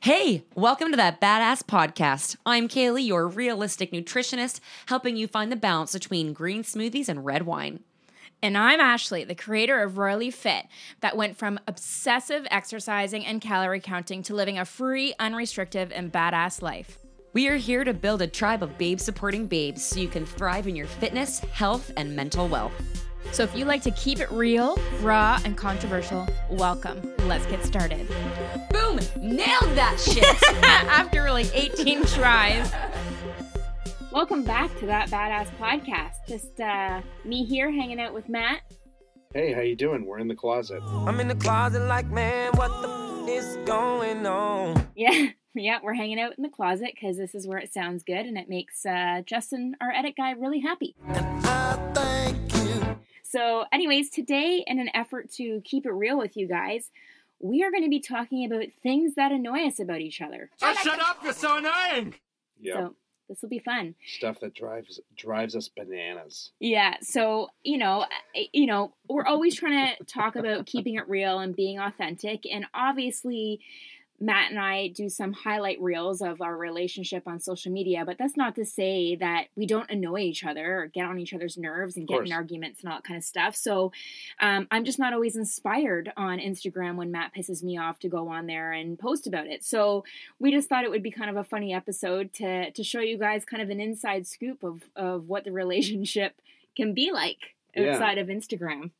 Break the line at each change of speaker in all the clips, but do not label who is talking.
Hey, welcome to that badass podcast. I'm Kaylee, your realistic nutritionist, helping you find the balance between green smoothies and red wine.
And I'm Ashley, the creator of Royally Fit, that went from obsessive exercising and calorie counting to living a free, unrestrictive, and badass life.
We are here to build a tribe of babe supporting babes so you can thrive in your fitness, health, and mental wealth.
So if you like to keep it real, raw, and controversial, welcome. Let's get started.
Boom! Nailed that shit!
After like 18 tries.
Welcome back to that badass podcast. Just uh, me here hanging out with Matt.
Hey, how you doing? We're in the closet.
I'm in the closet like, man, what the f- is going on?
Yeah, yeah, we're hanging out in the closet because this is where it sounds good and it makes uh, Justin, our edit guy, really happy.
I thank you.
So, anyways, today, in an effort to keep it real with you guys, we are going to be talking about things that annoy us about each other.
Yeah,
So, this will be fun.
stuff that drives drives us bananas.
Yeah. So, you know, I- you know, we're always trying to talk about keeping it real and being authentic. And obviously, Matt and I do some highlight reels of our relationship on social media, but that's not to say that we don't annoy each other or get on each other's nerves and get
course.
in arguments and all that kind of stuff. So, um, I'm just not always inspired on Instagram when Matt pisses me off to go on there and post about it. So, we just thought it would be kind of a funny episode to to show you guys kind of an inside scoop of of what the relationship can be like
Yeah.
outside of Instagram.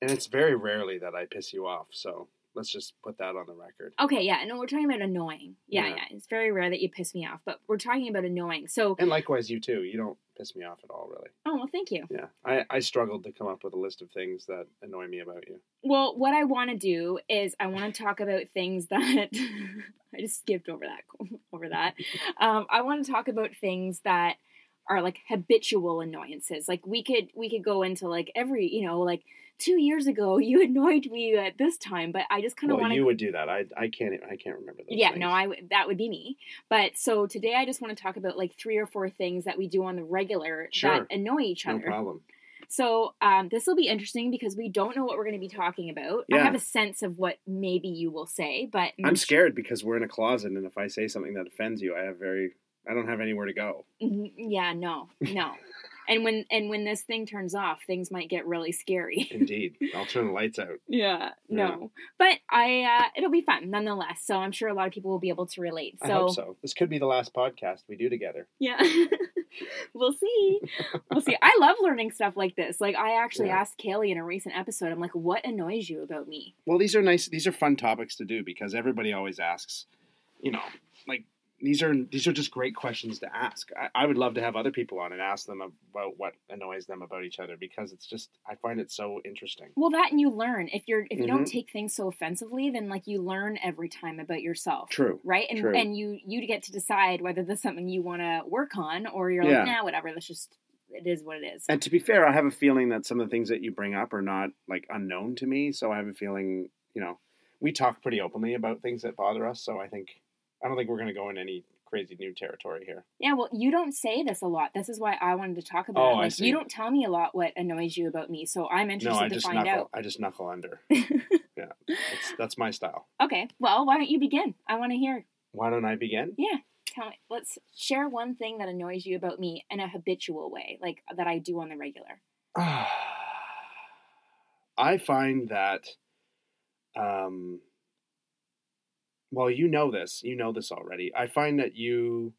And it's very rarely that I piss you off, so let's just put that on the record.
Okay, yeah, no, we're talking about annoying. Yeah,
Yeah.
yeah, It's very rare that you piss me off, but we're talking about annoying. So,
And likewise you too. You don't piss me off at all, really.
oh, well, thank you.
Yeah. I I struggled to come up with a list of things that annoy me about you.
Well, what I want to do is I want to talk about things that I just skipped over that over that. Um, I want to talk about things that are like habitual annoyances. Like we could we could go into like every you know like two years ago you annoyed me at this time, but I just kind of
Well,
want
you
to.
would do that. I I can't e, I can't remember those
Yeah,
things.
no, I w- that would be me. But so today I just want to talk about like three or four things that we do on the regular
Sure.
that annoy each
no
other.
problem.
So um, this will be interesting because we don't know what we're going to be talking about. I
Yeah.
have a sense of what maybe you will say, but
I'm scared because we're in a closet and if I say something that offends you, I have very I don't have anywhere to go.
Mm, yeah, no, no. and when and when this thing turns off, things might get really scary.
Indeed. I'll turn the lights out.
Yeah, no. But I uh, it'll be fun nonetheless. So I'm sure a lot of people will be able to relate. So,
I hope so. This could be the last podcast we do together.
yeah, we'll see. We'll see. I love learning stuff like this. Like I actually
Yeah.
asked Kaylee in a recent episode. I'm like, what annoys you about me?
Well, these are nice. These are fun topics to do because everybody always asks, you know, like these are these are just great questions to ask. I, I would love to have other people on and ask them about what annoys them about each other because it's just I find it so interesting.
Well, that and you learn if you're if you don't
Mhm.
take things so offensively, then like you learn every time about yourself,
True.
right? And
True.
and you you get to decide whether that's something you want to work on or you're
Yeah.
like, nah, whatever. That's just it is what it is.
And to be fair, I have a feeling that some of the things that you bring up are not like unknown to me. So I have a feeling, you know, we talk pretty openly about things that bother us. So I think I don't think we're going to go in any crazy new territory here.
yeah, well, you don't say this a lot. This is why I wanted to talk about
Oh,
it.
I
Like,
see.
You don't tell me a lot what annoys you about me, so I'm
No,
interested
I
to
just
find
knuckle.
out.
I just knuckle under. yeah, that's, that's my style.
Okay, well, why don't you begin? I want to hear.
Why don't I begin?
Yeah, tell me. Let's share one thing that annoys you about me in a habitual way, like that I do on the regular.
I find that, um, well, you know this. You know this already. I find that you,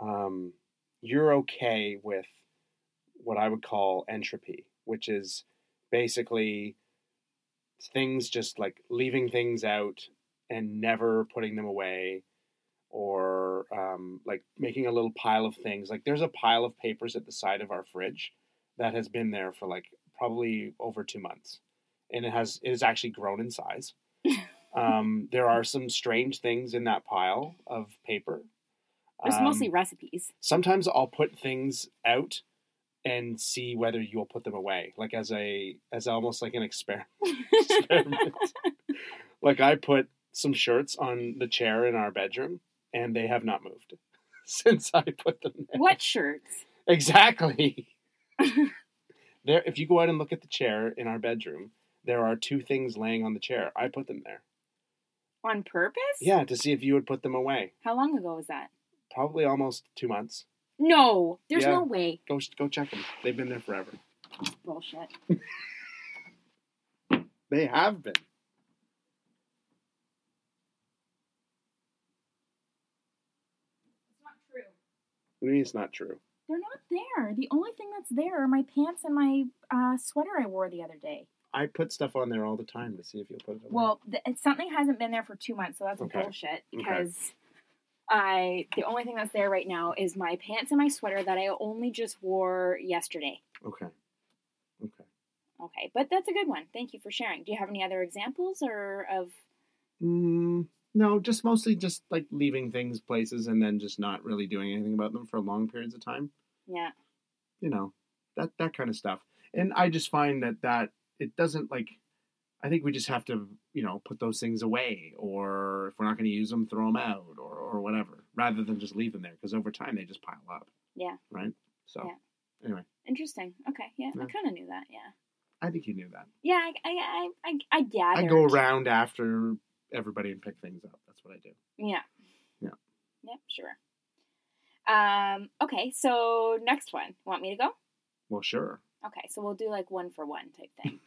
um, you're okay with what I would call entropy, which is basically things just like leaving things out and never putting them away or um, like making a little pile of things. Like there's a pile of papers at the side of our fridge that has been there for like probably over two months, and it has it has actually grown in size. um, there are some strange things in that pile of paper.
It's
Um,
mostly recipes.
sometimes I'll put things out and see whether you'll put them away, like as a as almost like an experiment. experiment. like I put some shirts on the chair in our bedroom, and they have not moved since I put them there.
what shirts?
Exactly. there, if you go out and look at the chair in our bedroom, there are two things laying on the chair. I put them there.
on purpose?
Yeah, to see if you would put them away.
How long ago was that?
Probably almost two months.
No, there's
Yeah.
no way.
Go go check them. They've been there forever.
Bullshit.
They have been.
It's not true.
What do you mean it's not true?
They're not there. The only thing that's there are my pants and my uh, sweater I wore the other day.
I put stuff on there all the time to see if you'll put it away.
Well, th- it's- something hasn't been there for two months, so that's
Okay.
bullshit. Because I, the only thing that's there right now is my pants and my sweater that I only just wore yesterday.
okay, okay.
Okay, but that's a good one. Thank you for sharing. Do you have any other examples or of?
Mm, no, just mostly just like leaving things places and then just not really doing anything about them for long periods of time.
Yeah,
you know that that kind of stuff and i just find that that it doesn't like i think we just have to you know put those things away or if we're not going to use them throw them out or or whatever rather than just leave them there because over time they just pile up
Yeah.
right so
Yeah.
anyway
interesting. Okay, yeah, I
Yeah.
kind of knew that. Yeah,
i think you knew that
yeah, I, I, I, I, I gathered.
i go around after everybody and pick things up that's what i do
Yeah.
Yeah.
Yep. Sure. Um. Okay. So next one. Want me to go?
well sure
Okay, so we'll do like one for one type thing.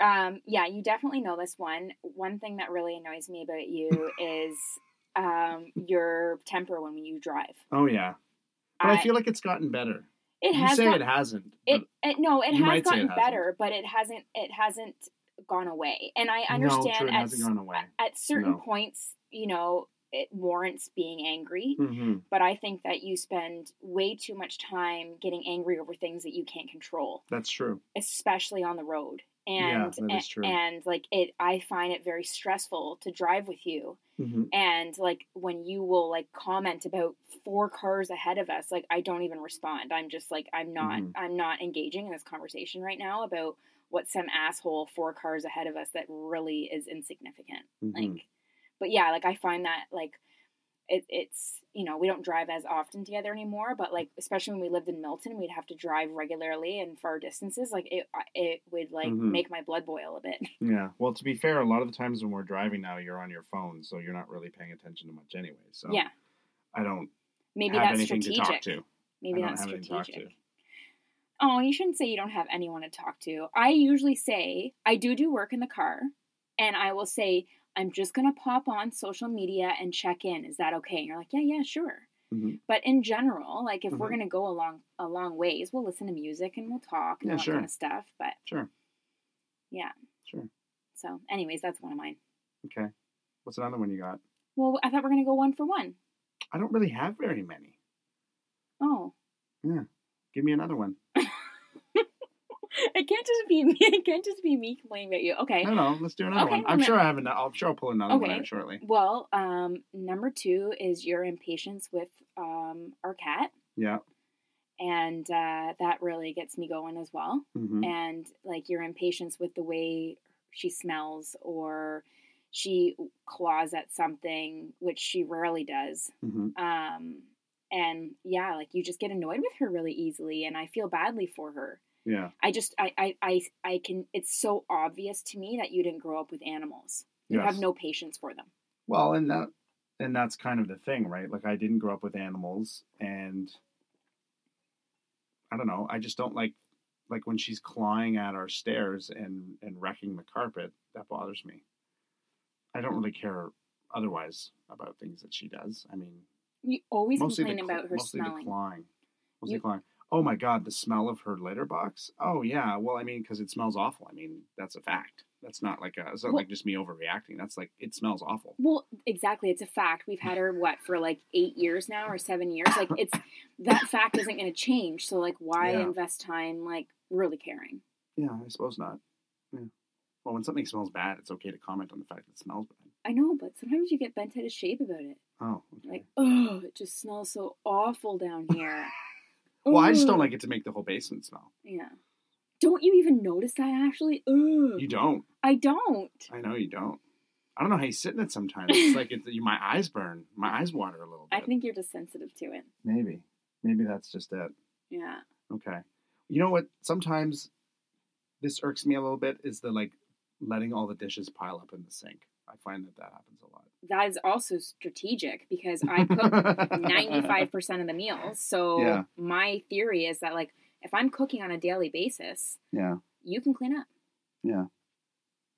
um, yeah, you definitely know this one. One thing that really annoys me about you is um, your temper when you drive.
oh yeah but i, feel like it's gotten better
it
you
has
say
got,
it hasn't
it,
but
it no, it has
you might say it
gotten
hasn't.
better, but it hasn't it hasn't gone away. And I
no true,
understand
it
at,
hasn't
s-
gone away
at certain
No.
points, you know, it warrants being angry.
mm-hmm.
But I think that you spend way too much time getting angry over things that you can't control.
that's true
especially on the road.
Yeah,
And
that is
a-
true.
and like it I find it very stressful to drive with you.
mm-hmm.
And like when you will like comment about four cars ahead of us, like I don't even respond. I'm just like I'm not
Mhm.
I'm not engaging in this conversation right now about what some asshole four cars ahead of us that really is insignificant.
Mm-hmm.
Like but yeah, like I find that like it, it's you know we don't drive as often together anymore but like especially when we lived in milton we'd have to drive regularly and far distances like it it would like
Mhm.
make my blood boil a bit
Yeah. Well, to be fair, a lot of the times when we're driving now, you're on your phone, so you're not really paying attention to much anyway. So
yeah
I don't
maybe
have
that's
anything to
strategic
talk to.
maybe
I don't
that's
have anything to talk
strategic oh you shouldn't say you don't have anyone to talk to i usually say i do do work in the car and i will say i'm just going to pop on social media and check in is that okay and you're like yeah yeah sure
Mhm.
but in general like if we're
Mhm.
going to go a long a long ways we'll listen to music and we'll talk and
Yeah,
all that kind
sure.
of stuff but
Sure.
Yeah.
Sure.
So, anyways, that's one of mine.
Okay. What's another one you got?
Well, I thought we are gonna go one for one.
I don't really have very many.
Oh,
Give me another one.
it can't just be me. It can't just be me complaining about you.
I
Okay.
don't know. Let's do another
Okay,
one. I'm
I'm
sure I have another. I'm sure I'll pull another one
Okay.
out shortly.
Well, um, number two is your impatience with um our cat,
Yeah.
and uh, that really gets me going as well.
hmm
And like your impatience with the way she smells or she claws at something, which she rarely does.
hmm
Um, and yeah, like you just get annoyed with her really easily, and I feel badly for her.
Yeah.
I just I I I, I can it's so obvious to me that you didn't grow up with animals. You
Yes.
have no patience for them.
Well, and that and that's kind of the thing, right? Like I didn't grow up with animals and I don't know, I just don't like like when she's clawing at our stairs and and wrecking the carpet, that bothers me. I don't really care otherwise about things that she does. I mean,
You always
mostly the
complain
cl-
about her
mostly the
smelling.
clawing. Mostly
You-
clawing. Oh my god, the smell of her litter box? Oh yeah. Well, I mean cuz it smells awful. I mean, that's a fact. That's not like a, it's not
Well-
like just me overreacting. That's like it smells awful.
Well, exactly. It's a fact. We've had her what for like eight years now or seven years. Like it's that fact isn't going to change. So like, why
Yeah.
invest time like really caring?
Yeah, I suppose not. Yeah. Well, when something smells bad, it's okay to comment on the fact it smells bad.
I know, but sometimes you get bent out of shape about it.
Oh, okay.
Like, oh, it just smells so awful down here.
well, I just don't
Ugh.
like it to make the whole basement smell.
Yeah. Don't you even notice that, Ashley? Ugh.
You don't.
I don't.
I know you don't. I don't know how you sit in it sometimes. It's like it's, you, my eyes burn. My eyes water a little bit.
I think you're just sensitive to it.
maybe, maybe that's just it.
Yeah.
Okay. You know what? Sometimes this irks me a little bit. Is the like letting all the dishes pile up in the sink. I find that that happens a lot.
That is also strategic because I cook 95% of the meals. So
Yeah.
my theory is that like if I'm cooking on a daily basis,
Yeah.
you can clean up.
Yeah.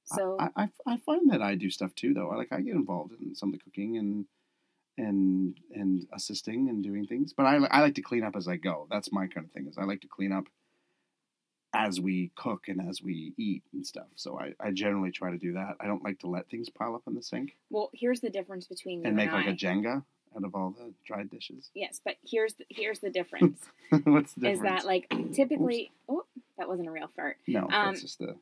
So
I, I, I find that I do stuff too though. I like I get involved in some of the cooking and and and assisting and doing things. But I li- I like to clean up as I go. That's my kind of thing is I like to clean up as we cook and as we eat and stuff. So I, I generally try to do that. I don't like to let things pile up in the sink
well, here's the difference between you
and make like
I.
a Jenga out of all the dried dishes.
yes, but here's the, here's the difference
What's the difference?
is that like typically oh that wasn't a real fart
no,
um,
it's just the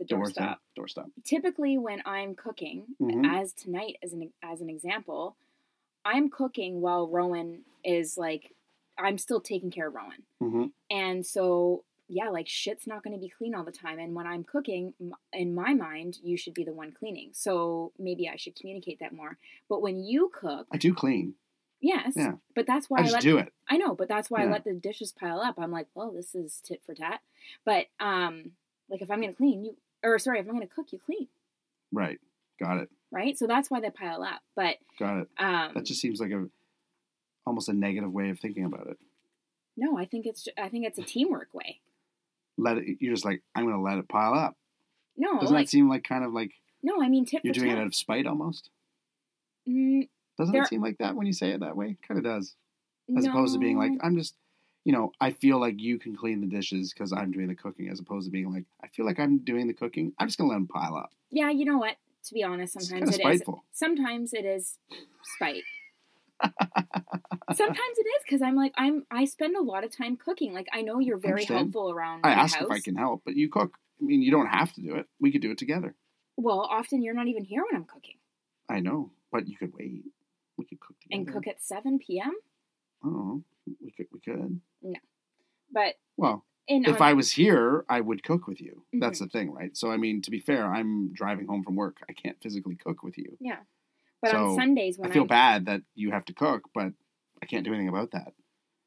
the
door
doorstop.
stop. Door stop.
typically when I'm cooking,
Mhm.
as tonight as an as an example, I'm cooking while Rowan is like I'm still taking care of Rowan.
hmm
And so yeah, like shit's not going to be clean all the time and when I'm cooking m- in my mind, you should be the one cleaning. So maybe I should communicate that more. But when you cook,
I do clean.
yes,
Yeah.
but that's why
I
Oh, I,
just
let
do it.
I know, but that's why
Yeah.
I let the dishes pile up. I'm like, well, this is tit for tat. But um like if I'm going to clean, you or sorry, if I'm going to cook, you clean
Right. Got it.
right? So that's why they pile up. But
Got it.
um,
That just seems like a almost a negative way of thinking about it.
no, I think it's I think it's a teamwork way.
Let it. You're just like I'm going to let it pile up.
No,
Doesn't
Oh, like
that seem like kind of like
no, I mean tit
you're
for
doing it
tat.
out of spite almost?
Mm,
Doesn't
There-
it seem like that when you say it that way? Kind of does.
Mm,
As opposed to being like
no.
I'm just, you know, I feel like you can clean the dishes because I'm doing the cooking. As opposed to being like I feel like I'm doing the cooking. I'm just going to let them pile up.
yeah, you know what? To be honest,
It's
sometimes it is.
kinda spiteful.
Sometimes it is spite. sometimes it is because I'm like I'm I spend a lot of time cooking. Like I know you're very
Understand.
helpful around.
I
my
ask
house.
if I can help, but you cook. I mean, you don't have to do it. We could do it together.
Well, often you're not even here when I'm cooking
I know, but you could wait. We could cook together.
and cook at seven p.m.
Oh, we could. We could.
But
Well,
in
if
our-
I was here, I would cook with you. That's
Mm-hmm.
the thing, right? So I mean, to be fair, I'm driving home from work. I can't physically cook with you.
yeah, but
So,
on Sundays when
I feel
am
bad that you have to cook, but I can't do anything about that,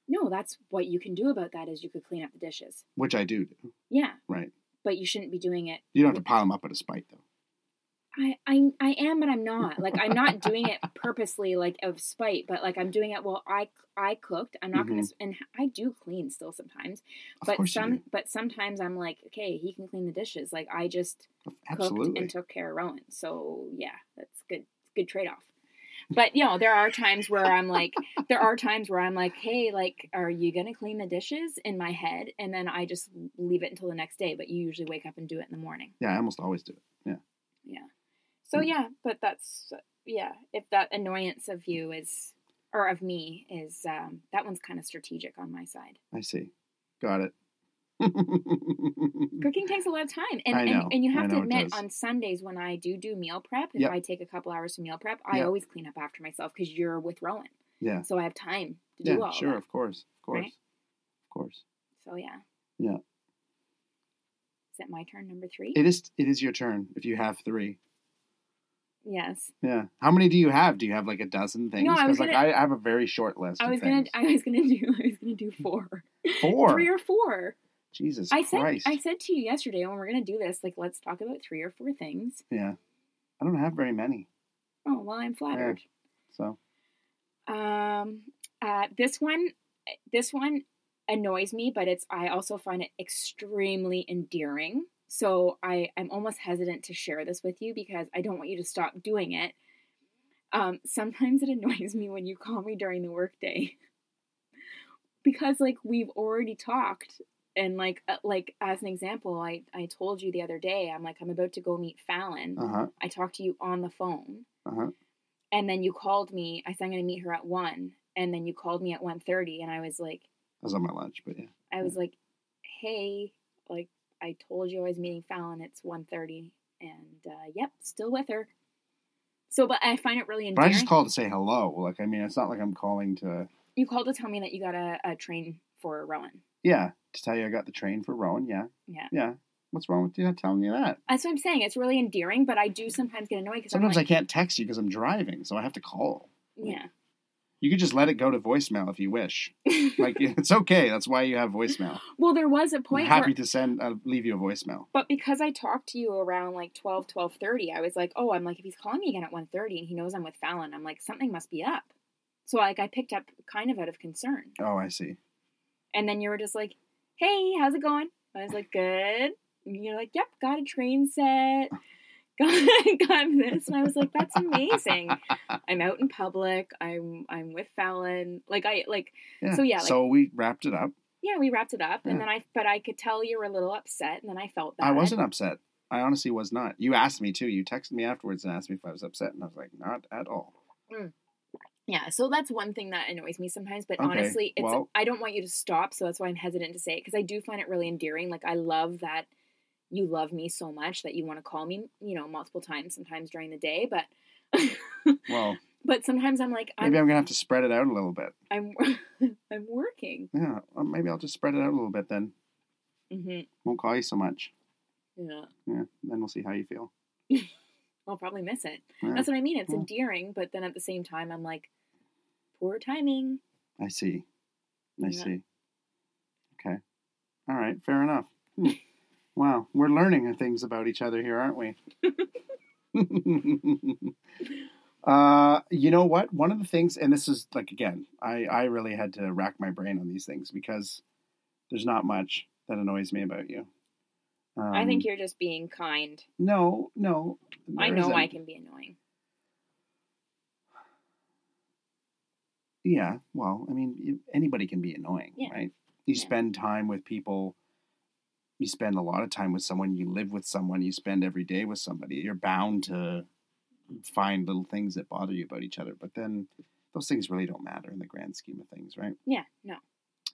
No, that's what you can do about that is you could clean up the dishes.
which I do. do,
Yeah,
Right?
but you shouldn't be doing it.
You don't have to pile them up out of spite, though.
I, I, I am, and I'm not. Like I'm not doing it purposely, like of spite, but like I'm doing it. Well, I, I cooked. I'm not gonna, s- and I do clean still sometimes.
Mm-hmm. Of
But
course you
some,
do.
but sometimes I'm like, okay, he can clean the dishes. Like I just cooked
Absolutely.
and took care of Rowan. So yeah, that's good. Good trade off. But you know, there are times where I'm like, there are times where I'm like, hey, like, are you gonna clean the dishes in my head? And then I just leave it until the next day. But you usually wake up and do it in the morning.
yeah, I almost always do it.
Yeah. So yeah, but that's yeah. If that annoyance of you is or of me is um, that one's kind of strategic on my side.
I see. Got it.
Cooking takes a lot of time, and
Mm. I know.
and, and you
I
have to
know it
admit
does.
on Sundays when I do do meal prep, if
Yep.
I take a couple hours to meal prep, I
Yep.
always clean up after myself because you're with Rowan,
yeah.
so I have time to do
Yeah.
all
Sure.
that.
Of course. Of course.
Right?
Of course.
So yeah.
Yeah.
Is it my turn, number three?
It is. It is your turn. If you have three.
yes.
Yeah. How many do you have? Do you have like a dozen things?
No, I was
like
gonna-
I have a very short list.
I
of
was gonna.
things.
I was gonna do. I was gonna do four,
four.
three or four.
Jesus
I said
Christ.
I said to you yesterday when we're gonna do this, like let's talk about three or four things.
yeah. I don't have very many.
Oh well, I'm flattered.
So
Um, uh, this one, this one annoys me, but it's I also find it extremely endearing. So I I'm almost hesitant to share this with you because I don't want you to stop doing it. Um, sometimes it annoys me when you call me during the workday because like we've already talked and like uh, like as an example, I I told you the other day I'm like I'm about to go meet Fallon.
uh huh.
I talked to you on the phone
Uh-huh.
and then you called me i said i'm going to meet her at 1 and then you called me at 1.30 and i was like
I was on my lunch, but yeah.
i was like hey like i told you i was meeting fallon it's 1.30 and uh, yep still with her so but i find it really
But
endearing
I just called to say hello. Like I mean, it's not like I'm calling to
you called to tell me that you got a, a train for rowan
yeah to tell you I got the train for Rowan. Yeah.
Yeah.
Yeah. What's wrong with you not telling you that?
that's what i'm saying it's really endearing but i do sometimes get annoyed because
Sometimes
I'm
I
like,
can't text you because I'm driving, so I have to call.
yeah
You could just let it go to voicemail if you wish. Like it's okay. That's why you have voicemail.
well, there was a
I'm
point where,
happy to send. Uh, leave you a voicemail.
but because I talked to you around like 12, 12.30, I was like, oh, I'm like, if he's calling me again at 1.30 and he knows I'm with Fallon, I'm like, something must be up. So like I picked up kind of out of concern.
Oh, I see.
And then you were just like, hey, how's it going? I was like, good. And you're like, yep, got a train set. Got, got this. And I was like, that's amazing. I'm out in public. I'm I'm with Fallon. Like I like
Yeah.
So, yeah, like-
so we wrapped it up.
yeah, we wrapped it up and
Yeah.
then I but I could tell you were a little upset and then I felt bad.
I wasn't upset. I honestly was not. You asked me too. You texted me afterwards and asked me if I was upset, and I was like, not at all.
Yeah, so that's one thing that annoys me sometimes. But
Okay,
honestly, it's
well-
I don't want you to stop, so that's why I'm hesitant to say it because I do find it really endearing. Like I love that you love me so much that you want to call me, you know, multiple times sometimes during the day. But
Well,
but sometimes I'm like I'm
maybe I'm gonna have to spread it out a little bit.
I'm I'm working.
Yeah, well, maybe I'll just spread it out a little bit then.
hmm
Won't call you so much.
Yeah,
Yeah, then we'll see how you feel.
I'll probably miss it.
Yeah,
That's what I mean. It's
Yeah.
endearing, but then at the same time, I'm like poor timing.
I see. I
Yeah.
see. Okay. All right. Fair enough. Hmm. wow, we're learning things about each other here, aren't we? uh, you know what? One of the things, and this is like again, I I really had to rack my brain on these things because there's not much that annoys me about you. Um,
I think you're just being kind.
No, no.
I
there
know I
isn't.
can be annoying.
Yeah, well, I mean, you- anybody can be annoying,
Yeah.
right? You
Yeah.
spend time with people. You spend a lot of time with someone. You live with someone. You spend every day with somebody. You're bound to find little things that bother you about each other. But then those things really don't matter in the grand scheme of things, right?
Yeah, no.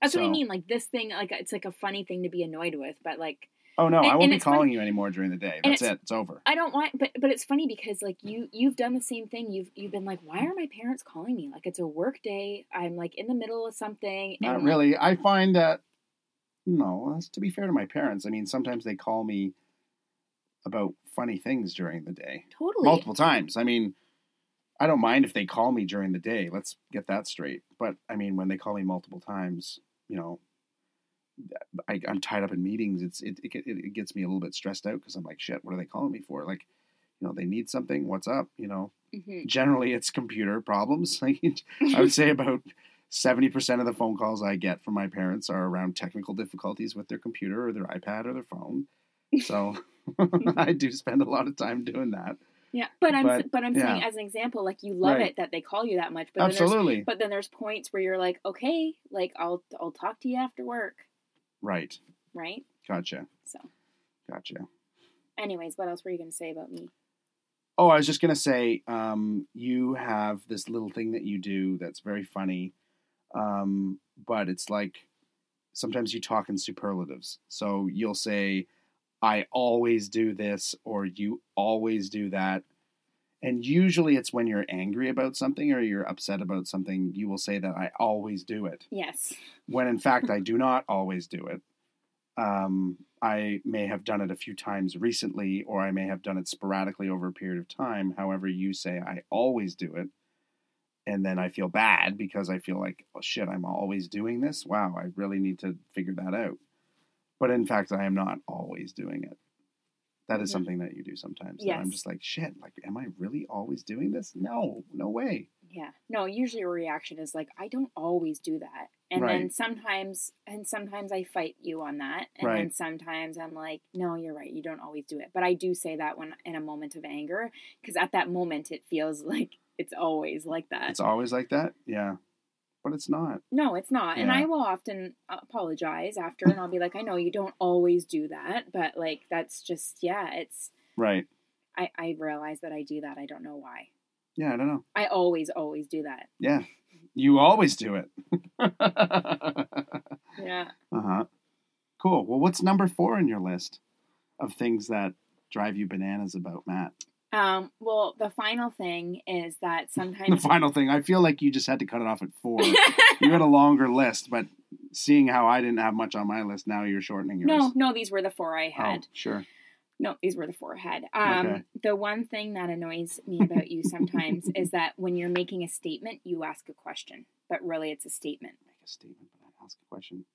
That's what I
So-
mean. Like this thing, like it's like a funny thing to be annoyed with, but like
Oh no,
And-
I
and
won't be
it's funny-
calling you anymore during the day.
and
That's
it's-
it. It's over.
I don't want. But but it's funny because like you you've done the same thing. You've you've been like, why are my parents calling me? Like it's a work day. I'm like in the middle of something. and,
Not
like,
really. I find that no. That's to be fair to my parents. I mean, sometimes they call me about funny things during the day.
Totally.
multiple times. I mean, I don't mind if they call me during the day. Let's get that straight. But I mean, when they call me multiple times, you know, I, I'm tied up in meetings. It's it, it it gets me a little bit stressed out because I'm like, shit, what are they calling me for? Like, you know, they need something. What's up? You know,
Mhm.
generally it's computer problems. Like, I would say about. 70% of the phone calls I get from my parents are around technical difficulties with their computer or their iPad or their phone. So I do spend a lot of time doing that.
Yeah. But I'm
But,
but I'm saying
yeah.
as an example, like you love
Right.
it that they call you that much. But Then there's,
Absolutely.
but then there's points where you're like, okay, like I'll I'll talk to you after work,
Right.
right?
Gotcha.
So,
Gotcha.
anyways, what else were you gonna say about me?
Oh, I was just gonna say, um, you have this little thing that you do that's very funny, um, but it's like sometimes you talk in superlatives. So you'll say, "I always do this," or "You always do that," and usually it's when you're angry about something or you're upset about something. You will say that I always do it.
Yes.
when in fact I do not always do it. Um, I may have done it a few times recently, or I may have done it sporadically over a period of time. However, you say I always do it, and then I feel bad because I feel like, oh shit, I'm always doing this. Wow, I really need to figure that out. But in fact, I am not always doing it. That is
Mhm.
something that you do sometimes. that
Yes.
I'm just like, shit, like, am I really always doing this? No, no way.
Yeah. No, usually a reaction is like, I don't always do that. And then
Right.
sometimes and sometimes I fight you on that. And then
Right.
sometimes I'm like, no, you're right. You don't always do it. But I do say that when in a moment of anger because at that moment it feels like it's always like that.
It's always like that. Yeah. But it's not.
no, it's not. And
Yeah.
I will often apologize after and I'll be like, I know you don't always do that, but like that's just yeah, it's
Right.
I I realize that I do that. I don't know why.
Yeah, I don't know.
I always always do that.
Yeah. You always do it. uh
Yeah.
huh. Cool. Well, what's number four on your list of things that drive you bananas about Matt?
Um, well, the final thing is that
The
sometimes
final thing. I feel like you just had to cut it off at four. you had a longer list, but seeing how I didn't have much on my list, now you're shortening yours.
No, no, these were the four I
Oh,
had.
sure.
No, these were the four ahead. Um,
Okay.
The one thing that annoys me about you sometimes is that when you're making a statement, you ask a question, but really it's a statement.
Make a statement, but I ask a question.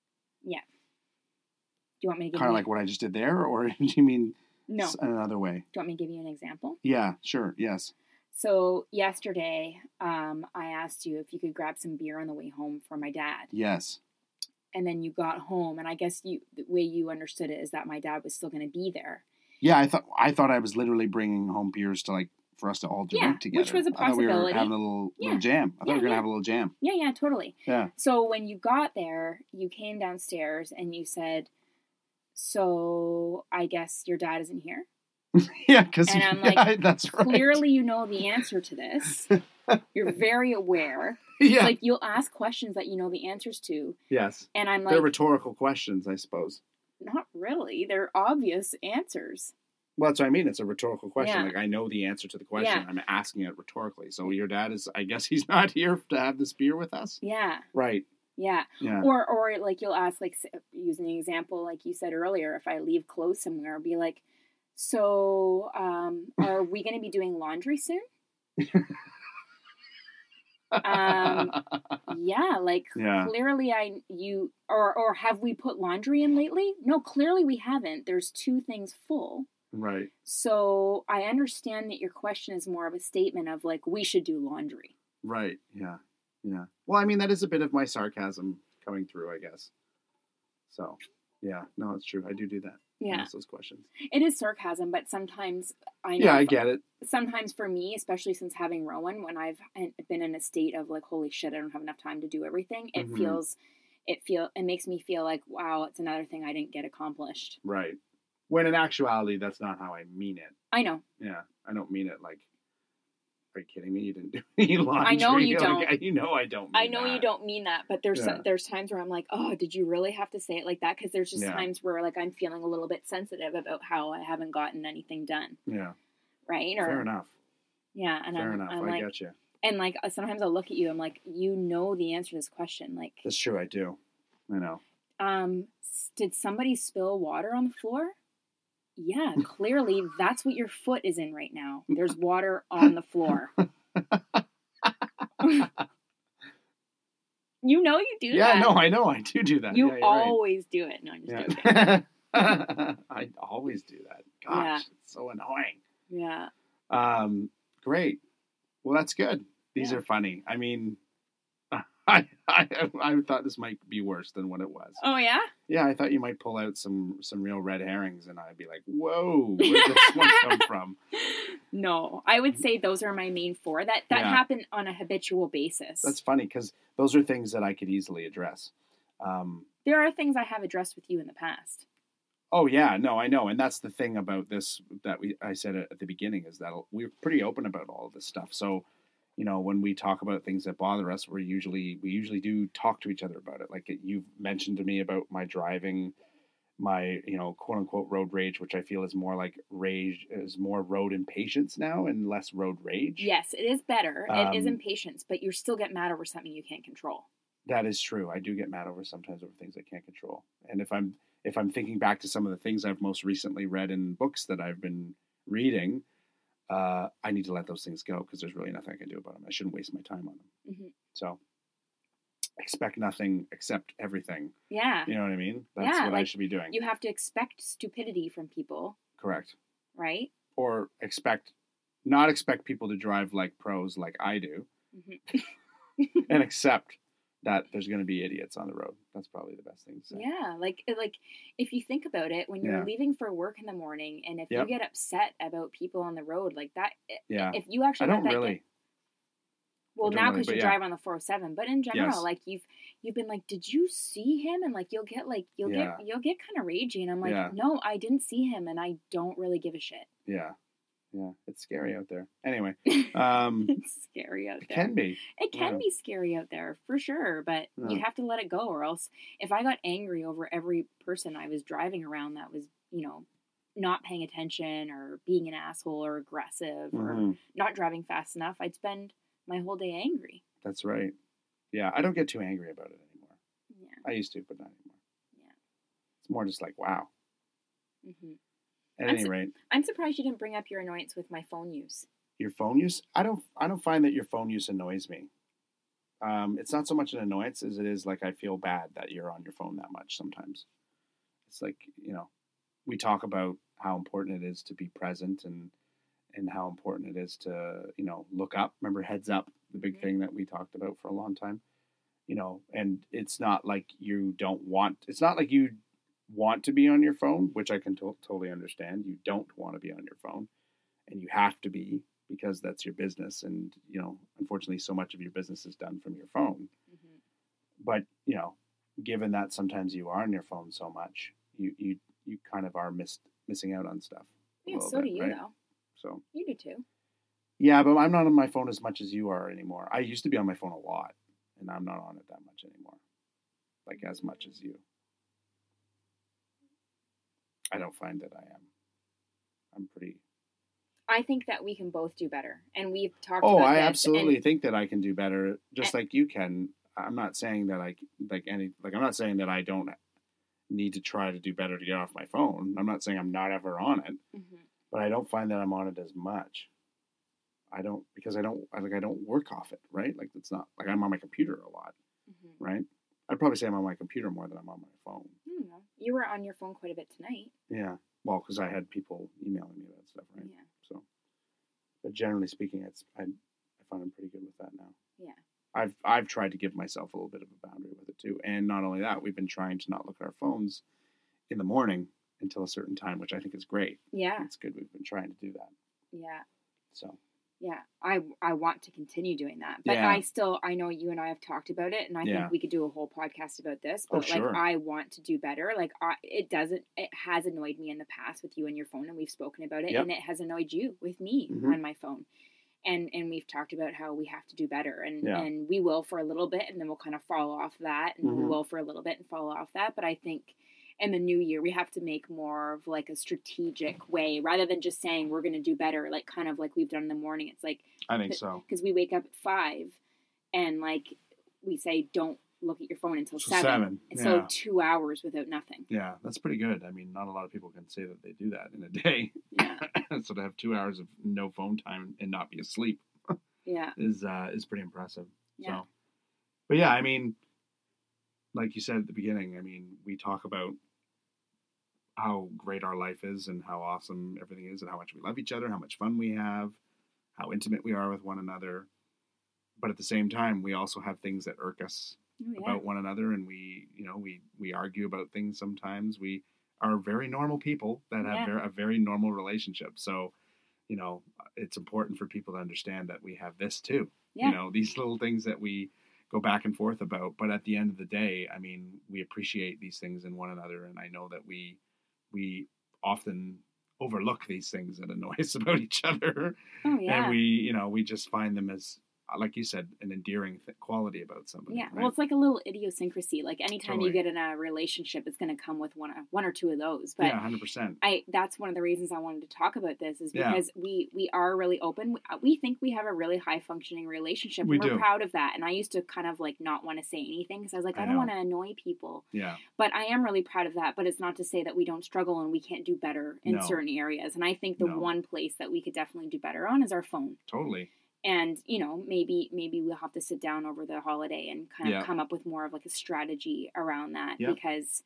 Do you want me to give
Kind of
you
like what I just did there, or do you mean
no?
s-
Do
another way?
you want me to give you an example?
Yeah, sure, yes.
So yesterday, um, I asked you if you could grab some beer on the way home for my dad,
Yes.
and then you got home, and I guess you the way you understood it is that my dad was still going to be there.
Yeah, I thought I thought I was literally bringing home beers to like for us to all drink
Yeah,
together.
which was a
I thought we were
possibility.
having a little,
Yeah.
little jam. I thought
Yeah,
we were gonna
yeah.
have a little jam.
Yeah, yeah, totally.
Yeah.
So when you got there, you came downstairs and you said, "So I guess your dad isn't here."
Yeah, because
And I'm like,
that's right.
Clearly, you know the answer to this. You're very aware.
yeah.
Like you'll ask questions that you know the answers to,
yes.
and I'm
They're
like,
rhetorical questions, I suppose.
not really. They're obvious answers.
Well, that's what I mean. It's a rhetorical question.
Yeah.
Like I know the answer to the question.
Yeah.
I'm asking it rhetorically. So your dad is, I guess, he's not here to have this beer with us.
Yeah,
Right.
yeah.
Yeah.
Or, or like you'll ask, like s- using an example, like you said earlier, if I leave clothes somewhere, I'll be like, "So, um, are we going to be doing laundry soon?" um, yeah, like
Yeah.
clearly I you or or have we put laundry in lately? No, clearly we haven't. There's two things full.
Right.
So I understand that your question is more of a statement of like we should do laundry.
Right. Yeah. Yeah. Well, I mean, that is a bit of my sarcasm coming through, I guess. So, yeah. No, it's true. I do do that. I ask those questions.
It is sarcasm, but sometimes I know
Yeah, I get it.
sometimes for me, especially since having Rowan, when I've been in a state of like, holy shit, I don't have enough time to do everything, it
Mhm.
feels it feel it makes me feel like, wow, it's another thing I didn't get accomplished.
Right. When in actuality, that's not how I mean it.
I know.
Yeah, I don't mean it like. Are you kidding me? You didn't do any laundry.
know you
Like,
don't.
I- you know I don't.
I
mean
know you
that.
don't mean that, but there's
Yeah.
there's times where I'm like, oh, did you really have to say it like that? Because there's just
Yeah.
times where like I'm feeling a little bit sensitive about how I haven't gotten anything done,
Yeah,
right?
fair enough.
yeah, and
fair
I'm,
enough.
I'm
I
like,
get you.
and like sometimes I'll look at you, I'm like, you know the answer to this question, like,
That's true. I do. I know.
um, s- did somebody spill water on the floor? Yeah, clearly that's what your foot is in right now. There's water on the floor. you know you do
Yeah,
that.
no, I know. I do do that.
You
yeah, you're
always do it. No, I'm just
Right.
joking.
Yeah. I always do that. Gosh,
Yeah.
it's so annoying.
Yeah.
Um, great. Well, that's good. These
Yeah.
are funny. I mean, I, I I thought this might be worse than what it was.
Oh yeah.
yeah, I thought you might pull out some some real red herrings, and I'd be like, whoa, where did this one come from?
No, I would say those are my main four. That that
Yeah.
happen on a habitual basis.
That's funny because those are things that I could easily address. Um,
there are things I have addressed with you in the past.
oh yeah, no, I know, and that's the thing about this that we I said at the beginning is that we're pretty open about all of this stuff. So, you know, when we talk about things that bother us, we're usually we usually do talk to each other about it. Like you've mentioned to me about my driving. my you know quote unquote road rage which i feel is more like rage is more road impatience now and less road rage
Yes, it is better. it is
Um,
impatience, but you still get mad over something you can't control.
that is true i do get mad over sometimes over things i can't control and if i'm if i'm thinking back to some of the things i've most recently read in books that i've been reading uh, i need to let those things go because there's really nothing i can do about them i shouldn't waste my time on them
Mhm.
so expect nothing accept everything
Yeah.
you know what i mean that's
Yeah,
what i
like,
should be doing
You have to expect stupidity from people,
correct
right?
or expect not expect people to drive like pros like I do
Mm-hmm.
and accept that there's going to be idiots on the road. That's probably the best thing to say.
Yeah, like like if you think about it, when you're
Yeah.
leaving for work in the morning, and if
Yep.
you get upset about people on the road like that,
Yeah.
if you actually
I don't
let that
really.
get- well
don't
now
really,
because
but
you
yeah.
drive on the 407, but in general,
Yes.
like you've you've been like, did you see him? And like you'll get like you'll
Yeah.
get you'll get kind of ragey, and I'm like,
Yeah.
no, I didn't see him, and I don't really give a shit.
Yeah. Yeah. It's scary out there. Anyway, um,
it's scary out
it
there.
can be.
It can
Yeah.
be scary out there for sure, but you
Yeah.
have to let it go, or else if I got angry over every person I was driving around that was, you know, not paying attention or being an asshole or aggressive or
Mhm.
not driving fast enough, I'd spend my whole day angry.
That's right. Yeah. I don't get too angry about it anymore.
Yeah.
I used to, but not anymore.
Yeah.
It's more just like, wow,
hmm
At
I'm
any
su-
rate,
I'm surprised you didn't bring up your annoyance with my phone use.
your phone use. I don't. I don't find that your phone use annoys me. Um, it's not so much an annoyance as it is like I feel bad that you're on your phone that much sometimes. It's like you know, we talk about how important it is to be present and and how important it is to you know look up. Remember heads up, the big thing that we talked about for a long time. You know, and it's not like you don't want. It's not like you want to be on your phone, which I can to- totally understand. You don't want to be on your phone, and you have to be because that's your business. And you know, unfortunately, so much of your business is done from your phone.
Mm-hmm.
But you know, given that sometimes you are on your phone so much, you you you kind of are missed missing out on stuff. a
Yeah,
little
so
bit,
do you
right?
though.
So
You do too.
yeah, but I'm not on my phone as much as you are anymore. I used to be on my phone a lot, and I'm not on it that much anymore, like as much as you. I don't find that I am. I'm pretty.
I think that we can both do better, and we've talked.
Oh,
about
I
this,
absolutely
and
think that I can do better, just like you can. I'm not saying that I like any like I'm not saying that I don't need to try to do better to get off my phone. I'm not saying I'm not ever on it.
Mhm.
but I don't find that I'm on it as much. I don't because I don't I like I don't work off it, right? Like it's not like I'm on my computer a lot,
Mhm.
right? I'd probably say I'm on my computer more than I'm on my phone.
I don't know. Mm-hmm. You were on your phone quite a bit tonight.
Yeah, well, because I had people emailing me about stuff, right?
Yeah.
So, but generally speaking, it's I I find I'm pretty good with that now.
Yeah.
I've I've tried to give myself a little bit of a boundary with it too, and not only that, we've been trying to not look at our phones in the morning until a certain time, which I think is great.
Yeah.
It's good we've been trying to do that.
Yeah.
So
Yeah. I I want to continue doing that, but
Yeah.
I still I know you and I have talked about it, and I
Yeah.
think we could do a whole podcast about this.
Oh,
But like,
sure.
I want to do better. Like, I it doesn't it has annoyed me in the past with you and your phone, and we've spoken about it,
Yep.
and it has annoyed you with me
Mhm.
on my phone. And, and we've talked about how we have to do better and,
Yeah.
and we will for a little bit and then we'll kind of fall off that and we
Mhm.
will for a little bit and fall off that but i think in the new year we have to make more of like a strategic way rather than just saying we're going to do better like kind of like we've done in the morning it's like
I think
But-
so.
because we wake up at five and like we say don't look at your phone until
So
seven,
seven,
And so
yeah.
two hours without nothing
Yeah, that's pretty good. I mean, not a lot of people can say that they do that in a day.
yeah
so to have two hours of no phone time and not be asleep
yeah
is uh, is pretty impressive.
Yeah.
So, but yeah, I mean, like you said at the beginning, I mean, we talk about how great our life is and how awesome everything is and how much we love each other, how much fun we have, how intimate we are with one another. But at the same time, we also have things that irk us
oh, yeah
about one another and we you know we we argue about things sometimes we are very normal people that have
Yeah.
ver- a very normal relationship so you know it's important for people to understand that we have this too
yeah
you know these little things that we go back and forth about but at the end of the day i mean we appreciate these things in one another and i know that we we often overlook these things that annoy us about each other
oh yeah
and we you know we just find them as like you said an endearing th- quality about somebody
yeah,
right?
well, it's like a little idiosyncrasy. Like anytime
Totally.
you get in a relationship, it's going to come with one, one or two of those. But
yeah, hundred percent.
I that's one of the reasons I wanted to talk about this is
Yeah.
because we we are really open. We, uh, we think we have a really high functioning relationship.
We
and We're
do.
proud of that. And I used to kind of like not want to say anything because I was like,
I
I, don't
know.
want to annoy people.
Yeah,
But I am really proud of that. But it's not to say that we don't struggle and we can't do better in
No.
certain areas. And I think the
No.
one place that we could definitely do better on is our phone.
totally.
And you know, maybe maybe we'll have to sit down over the holiday and kind of
Yeah.
come up with more of like a strategy around that
Yeah.
because.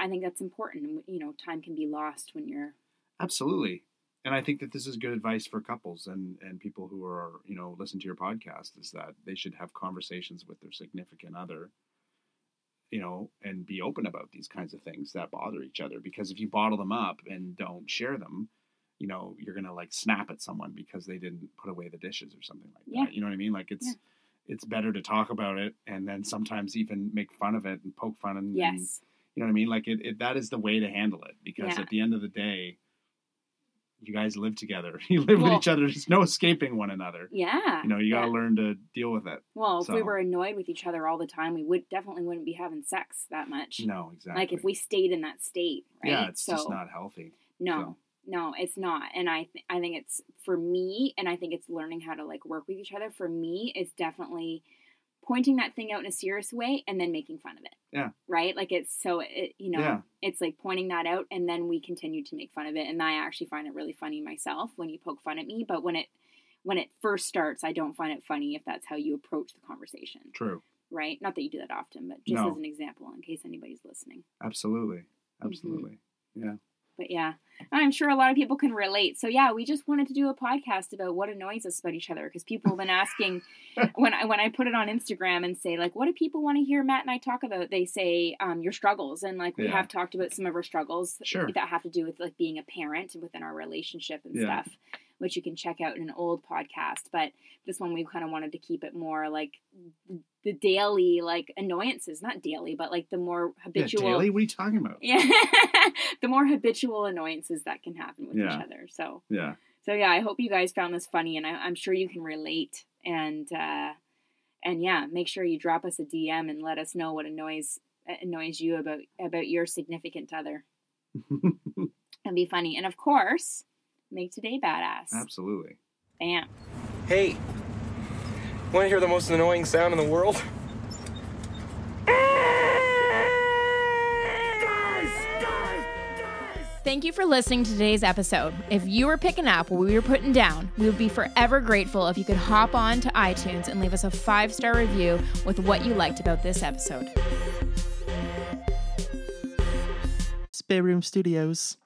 I think that's important. You know, time can be lost when you're
Absolutely. And I think that this is good advice for couples and and people who are, you know, listen to your podcast is that they should have conversations with their significant other, you know, and be open about these kinds of things that bother each other because if you bottle them up and don't share them, you know, you're going to like snap at someone because they didn't put away the dishes or something like
Yeah.
that. You know what I mean? Like it's it's better to talk about it and then sometimes even make fun of it and poke fun and, and
Yes.
You know what I mean? Like it, it that is the way to handle it because
Yeah.
at the end of the day, you guys live together. You live with
Well-
each other. There's no escaping one another.
Yeah.
You know, you got to
Yeah.
learn to deal with it.
Well, if we
so.
were annoyed with each other all the time, we would definitely wouldn't be having sex that much.
No, exactly.
Like if we stayed in that state, right?
yeah, it's just not healthy.
No.
so.
No, it's not. And I th- I think it's for me and I think it's learning how to like work with each other. For me, it's definitely pointing that thing out in a serious way and then making fun of it.
Yeah.
Right? Like it's so it, you know,
Yeah.
it's like pointing that out and then we continue to make fun of it and I actually find it really funny myself when you poke fun at me, but when it when it first starts, I don't find it funny if that's how you approach the conversation,
True.
right? Not that you do that often, but just
No.
as an example in case anybody's listening.
Absolutely.
Mm-hmm.
Absolutely.
But yeah, I'm sure a lot of people can relate. So yeah, we just wanted to do a podcast about what annoys us about each other because people have been asking when I when I put it on Instagram and say like, what do people want to hear Matt and I talk about? They say um, your struggles, and like we
Yeah.
have talked about some of our struggles
Sure.
that have to do with like being a parent and within our relationship and
Yeah.
stuff, which you can check out in an old podcast. But this one we kind of wanted to keep it more like the daily like annoyances, not daily, but like the more habitual.
Yeah, daily? What are you talking about?
Yeah. the more habitual annoyances that can happen with
Yeah.
each other. So,
Yeah.
so yeah, I hope you guys found this funny and I, I'm sure you can relate. And, uh, and yeah, make sure you drop us a DM and let us know what annoys, uh, annoys you about, about your significant other. That'd be funny. And of course, make today badass.
Absolutely.
Bam.
Hey, want to hear the most annoying sound in the world? Ah!
Thank you for listening to today's episode. If you were picking up what we were putting down, we would be forever grateful if you could hop on to iTunes and leave us a five star review with what you liked about this episode.
Spare Room Studios.